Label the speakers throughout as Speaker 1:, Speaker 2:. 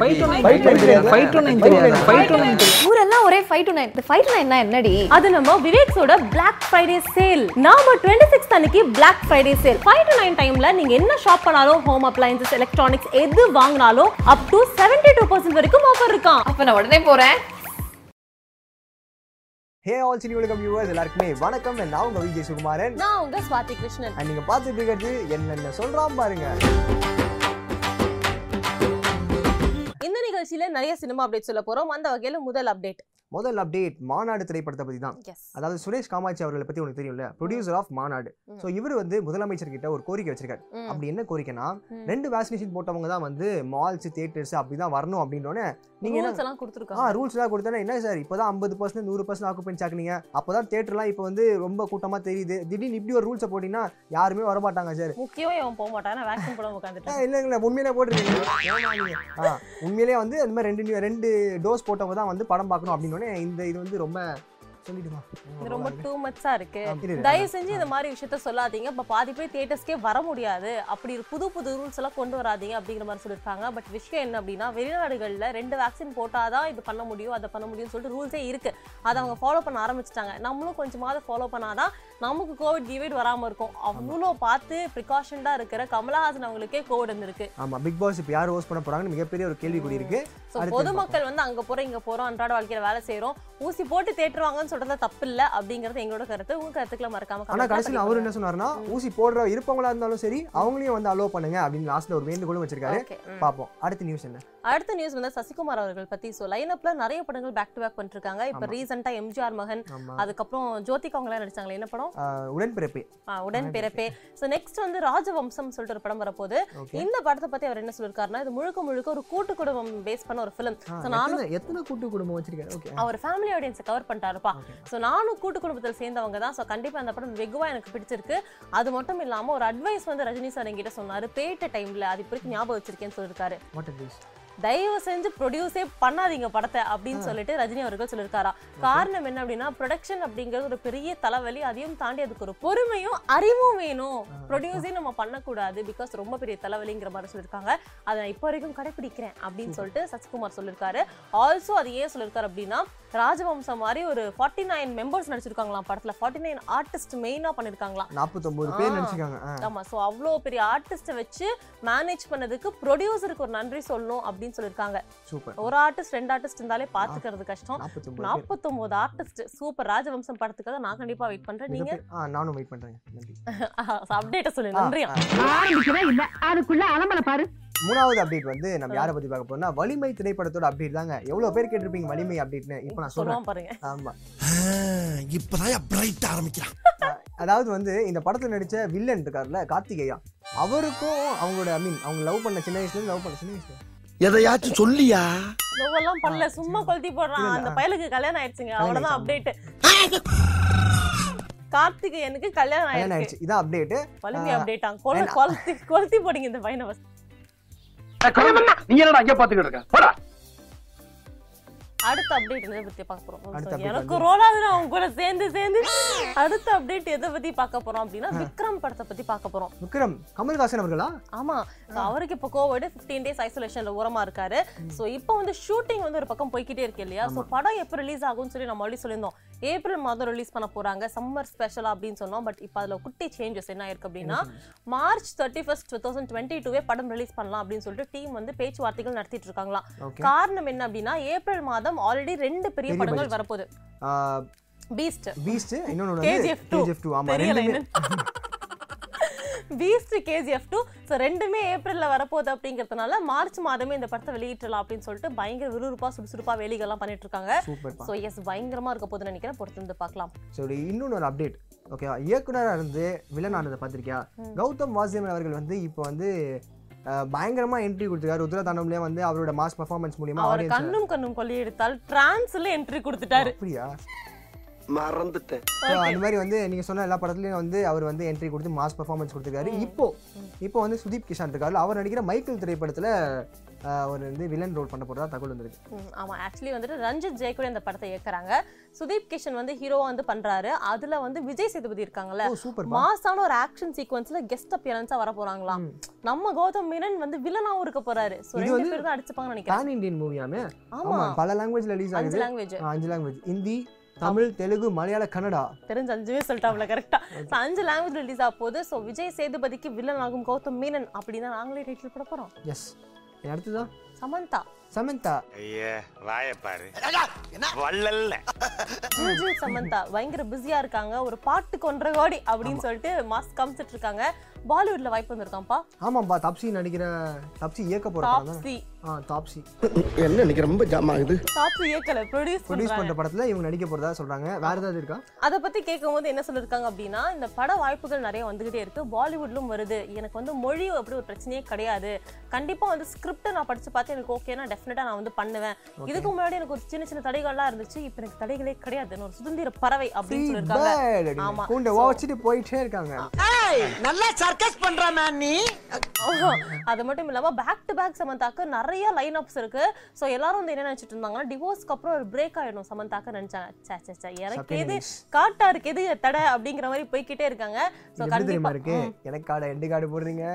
Speaker 1: Five to
Speaker 2: Five to nine தெரியாது.
Speaker 1: Five to nine தெரியாது five to nine
Speaker 3: ஊரெல்லாம் ஒரே ஃபைவ் டு நைன் இந்த ஃபைவ் டு நைன்னா என்னடி
Speaker 4: அது நம்ம விவேக்ஸோட Black ஃப்ரைடே சேல் நாம டுவெண்ட்டி சிக்ஸ் அன்னைக்கு Black Friday sale five to nine டைம்ல நீங்க என்ன ஷாப் பண்ணாலும் ஹோம் அப்ளையன்சஸ் எலக்ட்ரானிக்ஸ் எது வாங்கினாலும் up to seventy two percent வரைக்கும் ஆஃபர் இருக்கான்
Speaker 3: அப்ப நான் உடனே போறேன்
Speaker 2: hey all Cini Ulagam viewers எல்லாருக்குமே வணக்கம் நான் உங்க விஜய் சுகுமாரன்
Speaker 4: நான் உங்க ஸ்வாதி கிருஷ்ணன்
Speaker 2: அண்ட் நீங்க பார்த்துட்டு இருக்கிறது என்னென்ன சொல்றான் பாருங்க
Speaker 4: இந்த நிகழ்ச்சியில நிறைய சினிமா அப்டேட் சொல்ல போறோம் அந்த வகையில முதல் அப்டேட்
Speaker 2: முதல் அப்டேட் மாநாடு திரைப்படத்தை பத்தி தான்
Speaker 4: எஸ்
Speaker 2: அதாவது சுரேஷ் காமாட்சி அவர்களை பத்தி உனக்கு தெரியும்ல ப்ரொடியூசர் ஆஃப் மாநாடு
Speaker 4: ம்.
Speaker 2: ஸோ இவர் வந்து முதலமைச்சர் கிட்ட ஒரு கோரிக்கை வச்சிருக்காரு அப்படி என்ன கோரிக்கைனா
Speaker 4: ம்.
Speaker 2: ரெண்டு வேக்சினேஷன் போட்டவங்க தான் வந்து மால்ஸ் தியேட்டர்ஸ் அப்படிதான் வரணும் அப்படின்னோடனே நீங்க என்ன
Speaker 4: ரூல்ஸ் எல்லாம்
Speaker 2: ஆ
Speaker 4: கொடுத்துருக்காங்க
Speaker 2: ரூல்ஸ் எல்லாம் கொடுத்தா என்ன சார் இப்போதான் ஐம்பது பர்சன்ட் நூறு பர்சன்ட் ஆக்குபென்ஸ் ஆக்குனீங்க அப்போதான் தேட்டர்லாம் இப்போ வந்து ரொம்ப கூட்டமா தெரியுது திடீர்னு இப்படி ஒரு ரூல்ஸை போட்டீங்கன்னா யாருமே வர மாட்டாங்க சார்
Speaker 4: முக்கியமா இவன் போக மாட்டான் வேக்சின் போட உட்காந்துட்டேன்
Speaker 2: இல்லை இல்லை உண்மையிலே போட்டிருக்கீங்க ஏம்மா நீங்க? ஆ, உண்மையிலே வந்து அந்த மாதிரி ரெண்டு new- ரெண்டு டோஸ் போட்டவங்க தான் வந்து படம் பார்க்கணும் அப்படின்னோடனே இந்த இது வந்து ரொம்ப சொல்லிடுமா
Speaker 4: இது ரொம்ப டூ மச்சா இருக்கு
Speaker 2: ஆ, இரு, இரு.
Speaker 4: தயவு செஞ்சு இந்த மாதிரி விஷயத்த சொல்லாதீங்க இப்ப பாதி பேர் தியேட்டர்ஸ்க்கே வர முடியாது அப்படி இரு- புது புது ரூல்ஸ் எல்லாம் கொண்டு வராதீங்க அப்படிங்கிற மாதிரி சொல்லியிருக்காங்க பட் விஷயம் என்ன அப்படின்னா வெளிநாடுகள்ல ரெண்டு வேக்சின் போட்டாதான் இது பண்ண முடியும் அதை பண்ண முடியும்னு சொல்லிட்டு ரூல்ஸே இருக்கு அதை அவங்க ஃபாலோ பண்ண ஆரம்பிச்சிட்டாங்க நம்மளும் கொஞ்சமாவது ஃபாலோ பண்ணாதான் நமக்கு கோவிட் டிவைட் வராம இருக்கும் அவ்வளோ பார்த்து ப்ரிகாஷன்டா இருக்கிற கமலஹாசன் அவங்களுக்கே கோவிட் இருந்திருக்கு
Speaker 2: ஆமா பிக் பாஸ் இப்போ யார் ஹோஸ்ட் பண்ண போறாங்கன்னு மிகப்பெரிய ஒரு கேள்விக்குறி இருக்கு
Speaker 4: ஸோ
Speaker 2: அடுத்து
Speaker 4: பொதுமக்கள் வந்து அங்க போறோம் இங்க போறோம் அன்றாட வாழ்க்கையில வேலை செய்றோம் ஊசி போட்டு தேட்டுருவாங்கன்னு சொல்றது தப்பு இல்ல அப்படிங்கறது எங்களோட கருத்து உங்க கருத்துக்களை மறக்காம
Speaker 2: ஆனா
Speaker 4: comment ல
Speaker 2: கடைசியில்
Speaker 4: பதிவு
Speaker 2: அவர் என்ன சொன்னாருன்னா ஊசி போடுற இருப்பவங்களா இருந்தாலும் சரி அவங்களையும் வந்து அலோவ் பண்ணுங்க அப்படின்னு லாஸ்ட்ல ஒரு வேண்டுகோளும் வச்சிருக்காரு
Speaker 4: Okay. ம்.
Speaker 2: பாப்போம் அடுத்த நியூஸ் என்ன
Speaker 4: அடுத்த நியூஸ் வந்து சசிகுமார் அவர்கள் பத்தி சோ லைனப்ல நிறைய படங்கள் பேக் டு பேக் பண்ணிருக்காங்க இப்ப
Speaker 2: ஆமா.
Speaker 4: ரீசெண்டா எம்ஜிஆர் மகன்
Speaker 2: ஆமா
Speaker 4: அதுக்கப்புறம் ஜோதிகா அவங்களா நடிச்சாங்களே என்ன படம்
Speaker 2: ஆ, உடன்பிறப்பு
Speaker 4: ஆ, உடன் பிறப்பே சோ நெக்ஸ்ட் வந்து ராஜவம்சம் சொல்லிட்டு ஒரு படம் வரப்போகுது
Speaker 2: ஓகே
Speaker 4: இந்த படத்தை பத்தி அவர் என்ன சொல்லிருக்காருன்னா இது முழுக்க முழுக்க ஒரு கூட்டு குடும்பம் பேஸ் பண்ண ஒரு ஃபிலிம் சோ நானும்
Speaker 2: எத்தனை கூட்டு குடும்பம் வச்சிருக்காரு ஓகே
Speaker 4: அவர் ஃபேமிலி ஆடியன்ஸை கவர் பண்ணிட்டாருப்பா
Speaker 2: Okay.
Speaker 4: சோ நானும் கூட்டு குடும்பத்தில் சேர்ந்தவங்க தான் சோ கண்டிப்பா அந்த படம் வெகுவா எனக்கு பிடிச்சிருக்கு அது மட்டும் இல்லாம ஒரு அட்வைஸ் வந்து ரஜினி சார் என்கிட்ட சொன்னாரு பேட்ட டைம்ல அது இப்படிக்கு ஞாபகம் வச்சிருக்கேன்னு சொல்லிருக்காரு
Speaker 2: வாட் இஸ் திஸ்
Speaker 4: தயவு செஞ்சு ப்ரொடியூஸே பண்ணாதீங்க படத்தை அப்படின்னு சொல்லிட்டு ரஜினி அவர்கள் சொல்லியிருக்காரா காரணம் என்ன அப்படின்னா ப்ரொடக்ஷன் அப்படிங்கிறது ஒரு பெரிய தலைவலி அதையும் தாண்டி அதுக்கு ஒரு பொறுமையும் அறிவும் வேணும் ப்ரொடியூஸே நம்ம பண்ணக்கூடாது பிகாஸ் ரொம்ப பெரிய தலைவலிங்கிற மாதிரி சொல்லியிருக்காங்க அதை நான் இப்போ வரைக்கும் கடைப்பிடிக்கிறேன் அப்படின்னு சொல்லிட்டு சசிகுமார் சொல்லியிருக்காரு ஆல்சோ அது ஏன் சொல்லியிருக்காரு அப்படின்னா ராஜவம்சம் மாதிரி ஒரு ஃபார்ட்டி நைன் மெம்பர்ஸ் நடிச்சிருக்காங்களாம் படத்துல ஃபார்ட்டி நைன் ஆர்டிஸ்ட் மெயினாக பண்ணியிருக்காங்களாம்
Speaker 2: நாற்பத்தொம்பது பேர்
Speaker 4: ஆ.
Speaker 2: நினச்சிக்காங்க
Speaker 4: ஆமா சோ அவ்வளோ பெரிய ஆர்டிஸ்ட்டை வச்சு மேனேஜ் பண்ணதுக்கு ப்ரொடியூசருக்கு ஒரு நன்றி சொல்லணும் அப்படின்னு சொல்லியிருக்காங்க
Speaker 2: சூப்பர்
Speaker 4: ஒரு ஆர்டிஸ்ட் ரெண்டு ஆர்டிஸ்ட் இருந்தாலே பாத்துக்கிறது கஷ்டம்
Speaker 2: நாற்பத்தொம்பது
Speaker 4: நாற்பத்தொன்பது ஆர்டிஸ்ட் சூப்பர் ராஜவம்சம் படத்துக்காக நான் கண்டிப்பா வெயிட் பண்றேன் நீங்க
Speaker 2: பேர் ஆ நானும் வெயிட் பண்றேங்க நன்றி
Speaker 4: அப்டேட்ட சொல்லு
Speaker 2: ஆ,
Speaker 4: நன்றியா
Speaker 2: ஆ.
Speaker 5: ஆரம்பிக்கவே இல்ல அதுக்குள்ள அலமலை பாரு
Speaker 2: மூணாவது அப்டேட் வந்து நம்ம யாரை பத்தி பார்க்க போறோம்னா வலிமை திரைப்படத்தோட அப்டேட் தாங்க எவ்வளவு பேர் கேட்டிருப்பீங்க வலிமை அப்டேட்னு இப்போ நான் சொல்றேன்
Speaker 4: சொல்லுவான் பாருங்க
Speaker 2: ஆமா
Speaker 6: இப்பதான் பிரைட் ஆரம்பிக்கிறான்
Speaker 2: அதாவது வந்து இந்த படத்துல நடிச்ச வில்லன் இருக்கார்ல கார்த்திகேயா அவருக்கும் அவங்களோட ஐ மீன் அவங்க லவ் பண்ண சின்ன வயசுல லவ் பண்ண சின்ன வயசுல
Speaker 6: எதையாச்சும் சொல்லியா
Speaker 4: லவ் எல்லாம் பண்ணல சும்மா கொளுத்தி போடுறான்
Speaker 2: இல்ல,
Speaker 4: அந்த
Speaker 2: ஆ.
Speaker 4: பயலுக்கு கல்யாணம் ஆயிடுச்சுங்க அவ்வளவுதான்
Speaker 2: ஆயிடுச்சு,
Speaker 4: அப்டேட் கார்த்திகேயனுக்கு கல்யாணம்
Speaker 2: கல்யாணம்
Speaker 4: ஆயிடுச்சு
Speaker 2: ஆயிடுச்சு இதான் அப்டேட்
Speaker 4: பழுமி
Speaker 2: ஆ.
Speaker 4: அப்டேட் ஆகும் கொல கொளுத்தி கொளுத்தி போடுங்க இந்த பையனை first.
Speaker 7: நீ என்னடா அங்கே பாத்துக்கிட்டு இருக்க போடா
Speaker 4: அடுத்த அப்டேட் எதை பத்தி பார்க்க
Speaker 2: அடுத்த
Speaker 4: போறோம்
Speaker 2: update
Speaker 4: எனக்கு ரோலாதுன்னு அவங்க கூட சேர்ந்து சேர்ந்து அடுத்த அப்டேட் எதை பத்தி பார்க்க போறோம் அப்படின்னா விக்ரம் படத்தை பத்தி பார்க்க போறோம்
Speaker 2: விக்ரம் கமல்ஹாசன் அவர்களா
Speaker 4: ஆமா So அவருக்கு இப்போ கோவிட் ஃபிஃப்டீன் டேஸ் ஐசோலேஷன்ல உரமா இருக்காரு சோ இப்போ வந்து ஷூட்டிங் வந்து ஒரு பக்கம் போய்க்கிட்டே இருக்கு இல்லையா சோ படம் எப்போ ரிலீஸ் ஆகும்னு சொல்லி நம்ம ஆல்ரெடி சொல்லியிருந்தோம் ஏப்ரல் மாதம் ரிலீஸ் பண்ண போறாங்க சம்மர் ஸ்பெஷல் அப்படின்னு சொன்னோம் பட் இப்போ அதுல குட்டி சேஞ்சஸ் என்ன ஆயிருக்கு அப்படின்னா March thirty first two thousand twenty டூவே படம் ரிலீஸ் பண்ணலாம் அப்படின்னு சொல்லிட்டு டீம் வந்து பேச்சுவார்த்தைகள் நடத்திட்டு இருக்காங்களாம்
Speaker 2: ஓகே
Speaker 4: காரணம் என்ன அப்படின்னா ஏப்ரல் மாதம் ஆல்ரெடி ரெண்டு பெரிய
Speaker 2: பெரிய
Speaker 4: படங்கள்
Speaker 2: budget.
Speaker 4: வரப்போகுது பீஸ்ட்
Speaker 2: பீஸ்ட் இன்னொன்னு
Speaker 4: KGF
Speaker 2: வந்து
Speaker 4: two.
Speaker 2: கேஜிஎஃப் டூ ஆமா
Speaker 4: தெரியல
Speaker 2: ரெண்டுமே
Speaker 4: பீஸ்ட் கேஜிஎஃப் டூ ஸோ ரெண்டுமே ஏப்ரல்ல வரப்போகுது அப்படிங்கிறதுனால மார்ச் மாதமே இந்த படத்தை வெளியிட்டலாம் அப்படின்னு சொல்லிட்டு பயங்கர விறுவிறுப்பா சுறுசுறுப்பா வேலைகள்லாம் பண்ணிட்டு இருக்காங்க
Speaker 2: சூப்பர்
Speaker 4: ஸோ எஸ் பயங்கரமா இருக்க போதுன்னு நினைக்கிறேன் பொறுத்து வந்து பார்க்கலாம்
Speaker 2: ஸோ இன்னொன்று ஒரு அப்டேட் ஓகேவா இயக்குனராக இருந்து வில்லன் ஆனதை பார்த்துருக்கியா கௌதம் வாசியமன் அவர்கள் வந்து இப்போ வந்து அஹ், பயங்கரமா என்ட்ரி கொடுத்துருக்காரு ருத்ரதாண்டம்லேயே வந்து அவரோட மாஸ் பர்ஃபார்மன்ஸ் மூலியமா
Speaker 4: அவர்
Speaker 2: audience-
Speaker 4: கண்ணும் கண்ணும் கொள்ளி எடுத்தால் டிரான்ஸ்ல என்ட்ரி கொடுத்துட்டாரு
Speaker 2: அப்படியா
Speaker 6: மறந்துட்டேன்
Speaker 2: So, அந்த மாதிரி வந்து நீங்க சொன்ன எல்லா படத்துலயும் வந்து அவர் வந்து என்ட்ரி கொடுத்து மாஸ் பர்ஃபார்மன்ஸ் கொடுத்துருக்காரு இப்போ இப்போ வந்து சுதீப் கிஷான் இருக்காரு அவர் நடிக்கிற மைக்கேல் திரைப்படத்துல அஹ், ஒரு வந்து வில்லன் ரோல் பண்ண போறதா தகவல் வந்திருக்கு
Speaker 4: ம், ஆமா ஆக்சுவலி வந்துட்டு ரஞ்சித் ஜெயக்குடி இந்த படத்தை இயக்குறாங்க சுதீப் கிஷன் வந்து ஹீரோவா வந்து பண்றாரு அதுல வந்து விஜய் சேதுபதி இருக்காங்கல்ல
Speaker 2: ஓ சூப்பர்
Speaker 4: மாசான ஒரு ஆக்ஷன் சீக்வன்ஸ்ல கெஸ்ட் அப்பியரன்ஸா வர போறாங்களாம் நம்ம கௌதம் மேனன் வந்து வில்லனாவும் இருக்க போறாரு சோ
Speaker 2: இது
Speaker 4: ரெண்டு
Speaker 2: வந்து-
Speaker 4: பேரும் தான் அடிச்சுப்பாங்கன்னு நினைக்கிறேன்
Speaker 2: பேன் இந்தியன் மூவியாமே
Speaker 4: ஆமா
Speaker 2: ஆமா பல லாங்குவேஜ்ல ரிலீஸ்
Speaker 4: அஞ்சு
Speaker 2: ஆகுது
Speaker 4: லாங்குவேஜ்
Speaker 2: ஆ, அஞ்சு லாங்குவேஜ் ஹிந்தி தமிழ் தெலுங்கு மலையாள கன்னடா
Speaker 4: தெரிஞ்ச அஞ்சுவே சொல்லிட்டாப்ல கரெக்டா அஞ்சு லாங்குவேஜ் ரிலீஸ் ஆக போகுது சோ விஜய் சேதுபதிக்கு வில்லன் ஆகும் கௌதம் மீனன் அப்படின்னு நாங்களே டைட்டில் போட போறோம்
Speaker 2: எஸ் அடுத்துதான்
Speaker 4: சமந்தா
Speaker 2: சமந்தா
Speaker 8: ஐயே வாயப்பாரு வள்ளல்ல
Speaker 4: ஜிஜி சமந்தா பயங்கர பிஸியா இருக்காங்க ஒரு பாட்டுக்கு ஒன்றரை கோடி அப்படின்னு சொல்லிட்டு மாஸ் காமிச்சிட்டு இருக்காங்க பாலிவுட்ல வாய்ப்பு வந்திருக்காம்ப்பா
Speaker 2: ஆமாம்பா தாப்ஸி நடிக்கிற தாப்ஸி இயக்க போற படம் தானே
Speaker 4: டாப்ஸி
Speaker 2: ஆ தாப்ஸி
Speaker 6: என்ன இன்னைக்கு ரொம்ப ஜாம் ஆகுது
Speaker 4: டாப்ஸி இயக்கல ப்ரொடியூஸ்
Speaker 2: ப்ரொடியூஸ்
Speaker 4: பண்றாங்க
Speaker 2: பண்ற படத்துல இவங்க நடிக்க போறதா சொல்றாங்க வேற ஏதாவது இருக்கா
Speaker 4: அதை பத்தி கேட்கும்போது என்ன சொல்லிருக்காங்க அப்படின்னா இந்த பட வாய்ப்புகள் நிறைய வந்துகிட்டே இருக்கு பாலிவுட்லயும் வருது எனக்கு வந்து மொழி அப்படி ஒரு பிரச்சனையே கிடையாது கண்டிப்பா வந்து ஸ்கிரிப்ட நான் படிச்சு பார்த்து எனக்கு ஓகேனா டெஃபினட்டா நான் வந்து பண்ணுவேன் இதுக்கு முன்னாடி எனக்கு ஒரு சின்ன சின்ன தடைகள்லாம் இருந்துச்சு இப்போ எனக்கு தடைகளே கிடையாது நான் ஒரு சுதந்திர பறவை அப்படின்னு சொல்லிருக்காங்க ஆமா.
Speaker 2: கூண்ட
Speaker 4: So-
Speaker 2: வச்சுட்டு போயிட்டே இருக்காங்க
Speaker 9: நல்லா சர்க்கஸ் பண்றானா நீ
Speaker 4: ஆமா. அது மட்டும் இல்லாம பேக் டு பேக் சமந்தாக்கு நிறைய லைன் அப்ஸ் இருக்கு சோ எல்லாரும் வந்து என்ன நினைச்சிட்டு இருந்தாங்கன்னா டிவோர்ஸ்க்கு அப்புறம் ஒரு பிரேக் ஆயிடும் சமந்தாக்கு நினைச்சாங்க சே சே சே எனக்கு எது காட்டா இருக்கு எது தடை அப்படிங்கிற மாதிரி போய்க்கிட்டே இருக்காங்க
Speaker 2: இது
Speaker 4: சோ
Speaker 2: எப்படி தெரியுமா
Speaker 4: கண்டிப்பா
Speaker 2: இருக்கு எனக்கு கார்டு எண்டு கார்டு போடுறீங்க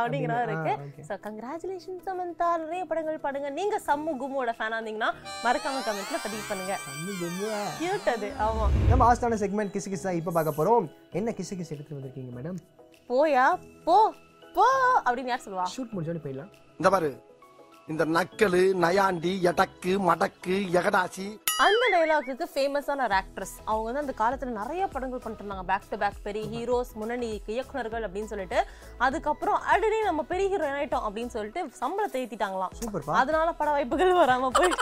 Speaker 4: அப்படிங்கிற மாதிரி
Speaker 2: ஆ,
Speaker 4: இருக்கு
Speaker 2: okay.
Speaker 4: சோ கங்க்ராச்சுலேஷன் சமந்தா நிறைய படங்கள் பாடுங்க நீங்க சம்மு கும்மோட ஃபேனா இருந்தீங்கன்னா மறக்காம கமெண்ட்ல பதிவு பண்ணுங்க
Speaker 2: கண்ணு கும்முவா.
Speaker 4: கியூட் அது ஆமா
Speaker 2: நம்ம ஆஸ்தான செக்மெண்ட் கிசு கிசா இப்ப பார்க்க போறோம் என்ன கிசு கிசு எடுத்து வந்திருக்கீங்க மேடம்
Speaker 4: போயா போ போ அப்படின்னு யார் சொல்லுவா
Speaker 2: ஷூட் முடிஞ்சோன்னு போயிடலாம்
Speaker 6: இந்த பாரு இந்த நக்கலு நயாண்டி எடக்கு மடக்கு எகடாசி
Speaker 4: அந்த டைலாக்குக்கு ஃபேமஸான ஒரு ஆக்ட்ரஸ் அவங்க வந்து அந்த காலத்துல நிறைய படங்கள் பண்ணிட்டு இருந்தாங்க பேக் டு பேக் பெரிய ஹீரோஸ் முன்னணி இயக்குனர்கள் அப்படின்னு சொல்லிட்டு அதுக்கப்புறம் அடடே நம்ம பெரிய ஹீரோ ஆயிட்டோம் அப்படின்னு சொல்லிட்டு சம்பளத்தை ஏத்திட்டாங்களாம்
Speaker 2: சூப்பர்ப்பா
Speaker 4: அதனால பட வாய்ப்புகள் வராம போய்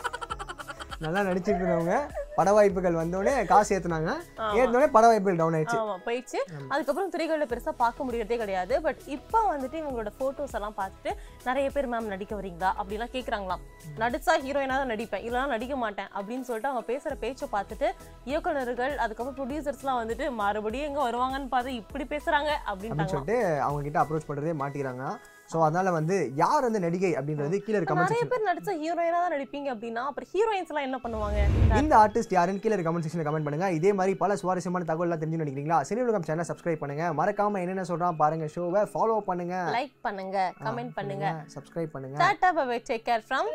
Speaker 2: நல்லா நடிச்சிருக்கிறவங்க பட வாய்ப்புகள் வந்தோடனே காசு ஏத்துனாங்க ஏத்துனோடனே பட வாய்ப்புகள் டவுன் ஆயிடுச்சு
Speaker 4: ஆமா போயிடுச்சு அதுக்கப்புறம் துறைகளில் பெருசா பார்க்க முடியறதே கிடையாது பட் இப்போ வந்துட்டு இவங்களோட போட்டோஸ் எல்லாம் பார்த்துட்டு நிறைய பேர் மேம் நடிக்க வரீங்களா அப்படிலாம் கேக்குறாங்களாம் நடிச்சா ஹீரோயினா தான் நடிப்பேன் இல்லைனா நடிக்க மாட்டேன் அப்படின்னு சொல்லிட்டு அவங்க பேசுற பேச்சை பார்த்துட்டு இயக்குனர்கள் அதுக்கப்புறம் ப்ரொடியூசர்ஸ்லாம் வந்துட்டு மறுபடியும் எங்க வருவாங்கன்னு பார்த்து இப்படி பேசுறாங்க
Speaker 2: அப்படின்னு
Speaker 4: அப்படின்னு
Speaker 2: சொல்லிட்டு அவங்க கிட்ட அப்ரோச் பண்றதே மாட்டிக்கிறாங்க ஸோ அதனால வந்து யார் வந்து நடிகை அப்படின்றது கீழே இருக்க கமெண்ட்
Speaker 4: நிறைய
Speaker 2: செக்ஷன்
Speaker 4: பேர் நடிச்சா ஹீரோயினா தான் நடிப்பீங்க அப்படின்னா அப்புறம் ஹீரோயின்ஸ் எல்லாம் என்ன பண்ணுவாங்க
Speaker 2: இந்த ஆர்டிஸ்ட் யாருன்னு கீழே கமெண்ட் செக்ஷன்ல கமெண்ட் பண்ணுங்க இதே மாதிரி பல சுவாரஸ்யமான தகவல்லாம் தெரிஞ்சு நினைக்கிறீங்களா சினி உலகம் சேனல் சப்ஸ்கிரைப் பண்ணுங்க மறக்காம என்னென்ன சொல்றான் பாருங்க ஷோவை ஃபாலோ பண்ணுங்க
Speaker 4: லைக் பண்ணுங்க கமெண்ட் பண்ணுங்க
Speaker 2: சப்ஸ்கிரைப் பண்ணுங்க
Speaker 4: tata bye take care from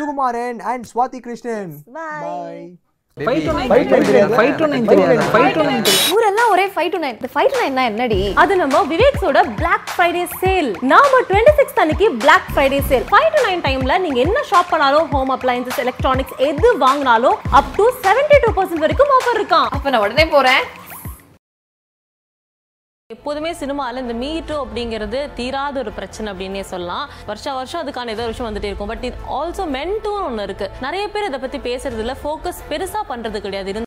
Speaker 2: Sukumaran and Swathi Krishnan
Speaker 4: bye
Speaker 2: bye
Speaker 1: five to nine தெரியாது ஃபைவ் டு நைன் தெரியாது ஃபைவ் டு நைன்
Speaker 3: ஊரெல்லாம் ஒரே ஃபைவ் டு நைன் இந்த ஃபைவ் டு நைன்னா என்னடி
Speaker 4: அது நம்ம விவேக்ஸோட Black ஃப்ரைடே சேல் நாம டுவெண்ட்டி சிக்ஸ் அன்னைக்கு Black Friday sale five to nine டைம்ல நீங்க என்ன ஷாப் பண்ணாலும் ஹோம் அப்ளையன்சஸ் எலக்ட்ரானிக்ஸ் எது வாங்கினாலும் up to seventy two percent வரைக்கும் ஆஃபர் இருக்கான்
Speaker 3: அப்ப நான் உடனே போறேன்
Speaker 4: எப்போதுமே சினிமாவில் இந்த மீட்டு அப்படிங்கிறது தீராத ஒரு பிரச்சனை அப்படின்னே சொல்லலாம் வருஷா வருஷம் அதுக்கான ஏதோ ஒரு விஷயம் வந்துட்டே இருக்கும் பட் இது ஆல்சோ மென்ட்டும் ஒன்று இருக்கு நிறைய பேர் இதை பற்றி பேசுறதுல ஃபோக்கஸ் பெருசாக பண்ணுறது கிடையாது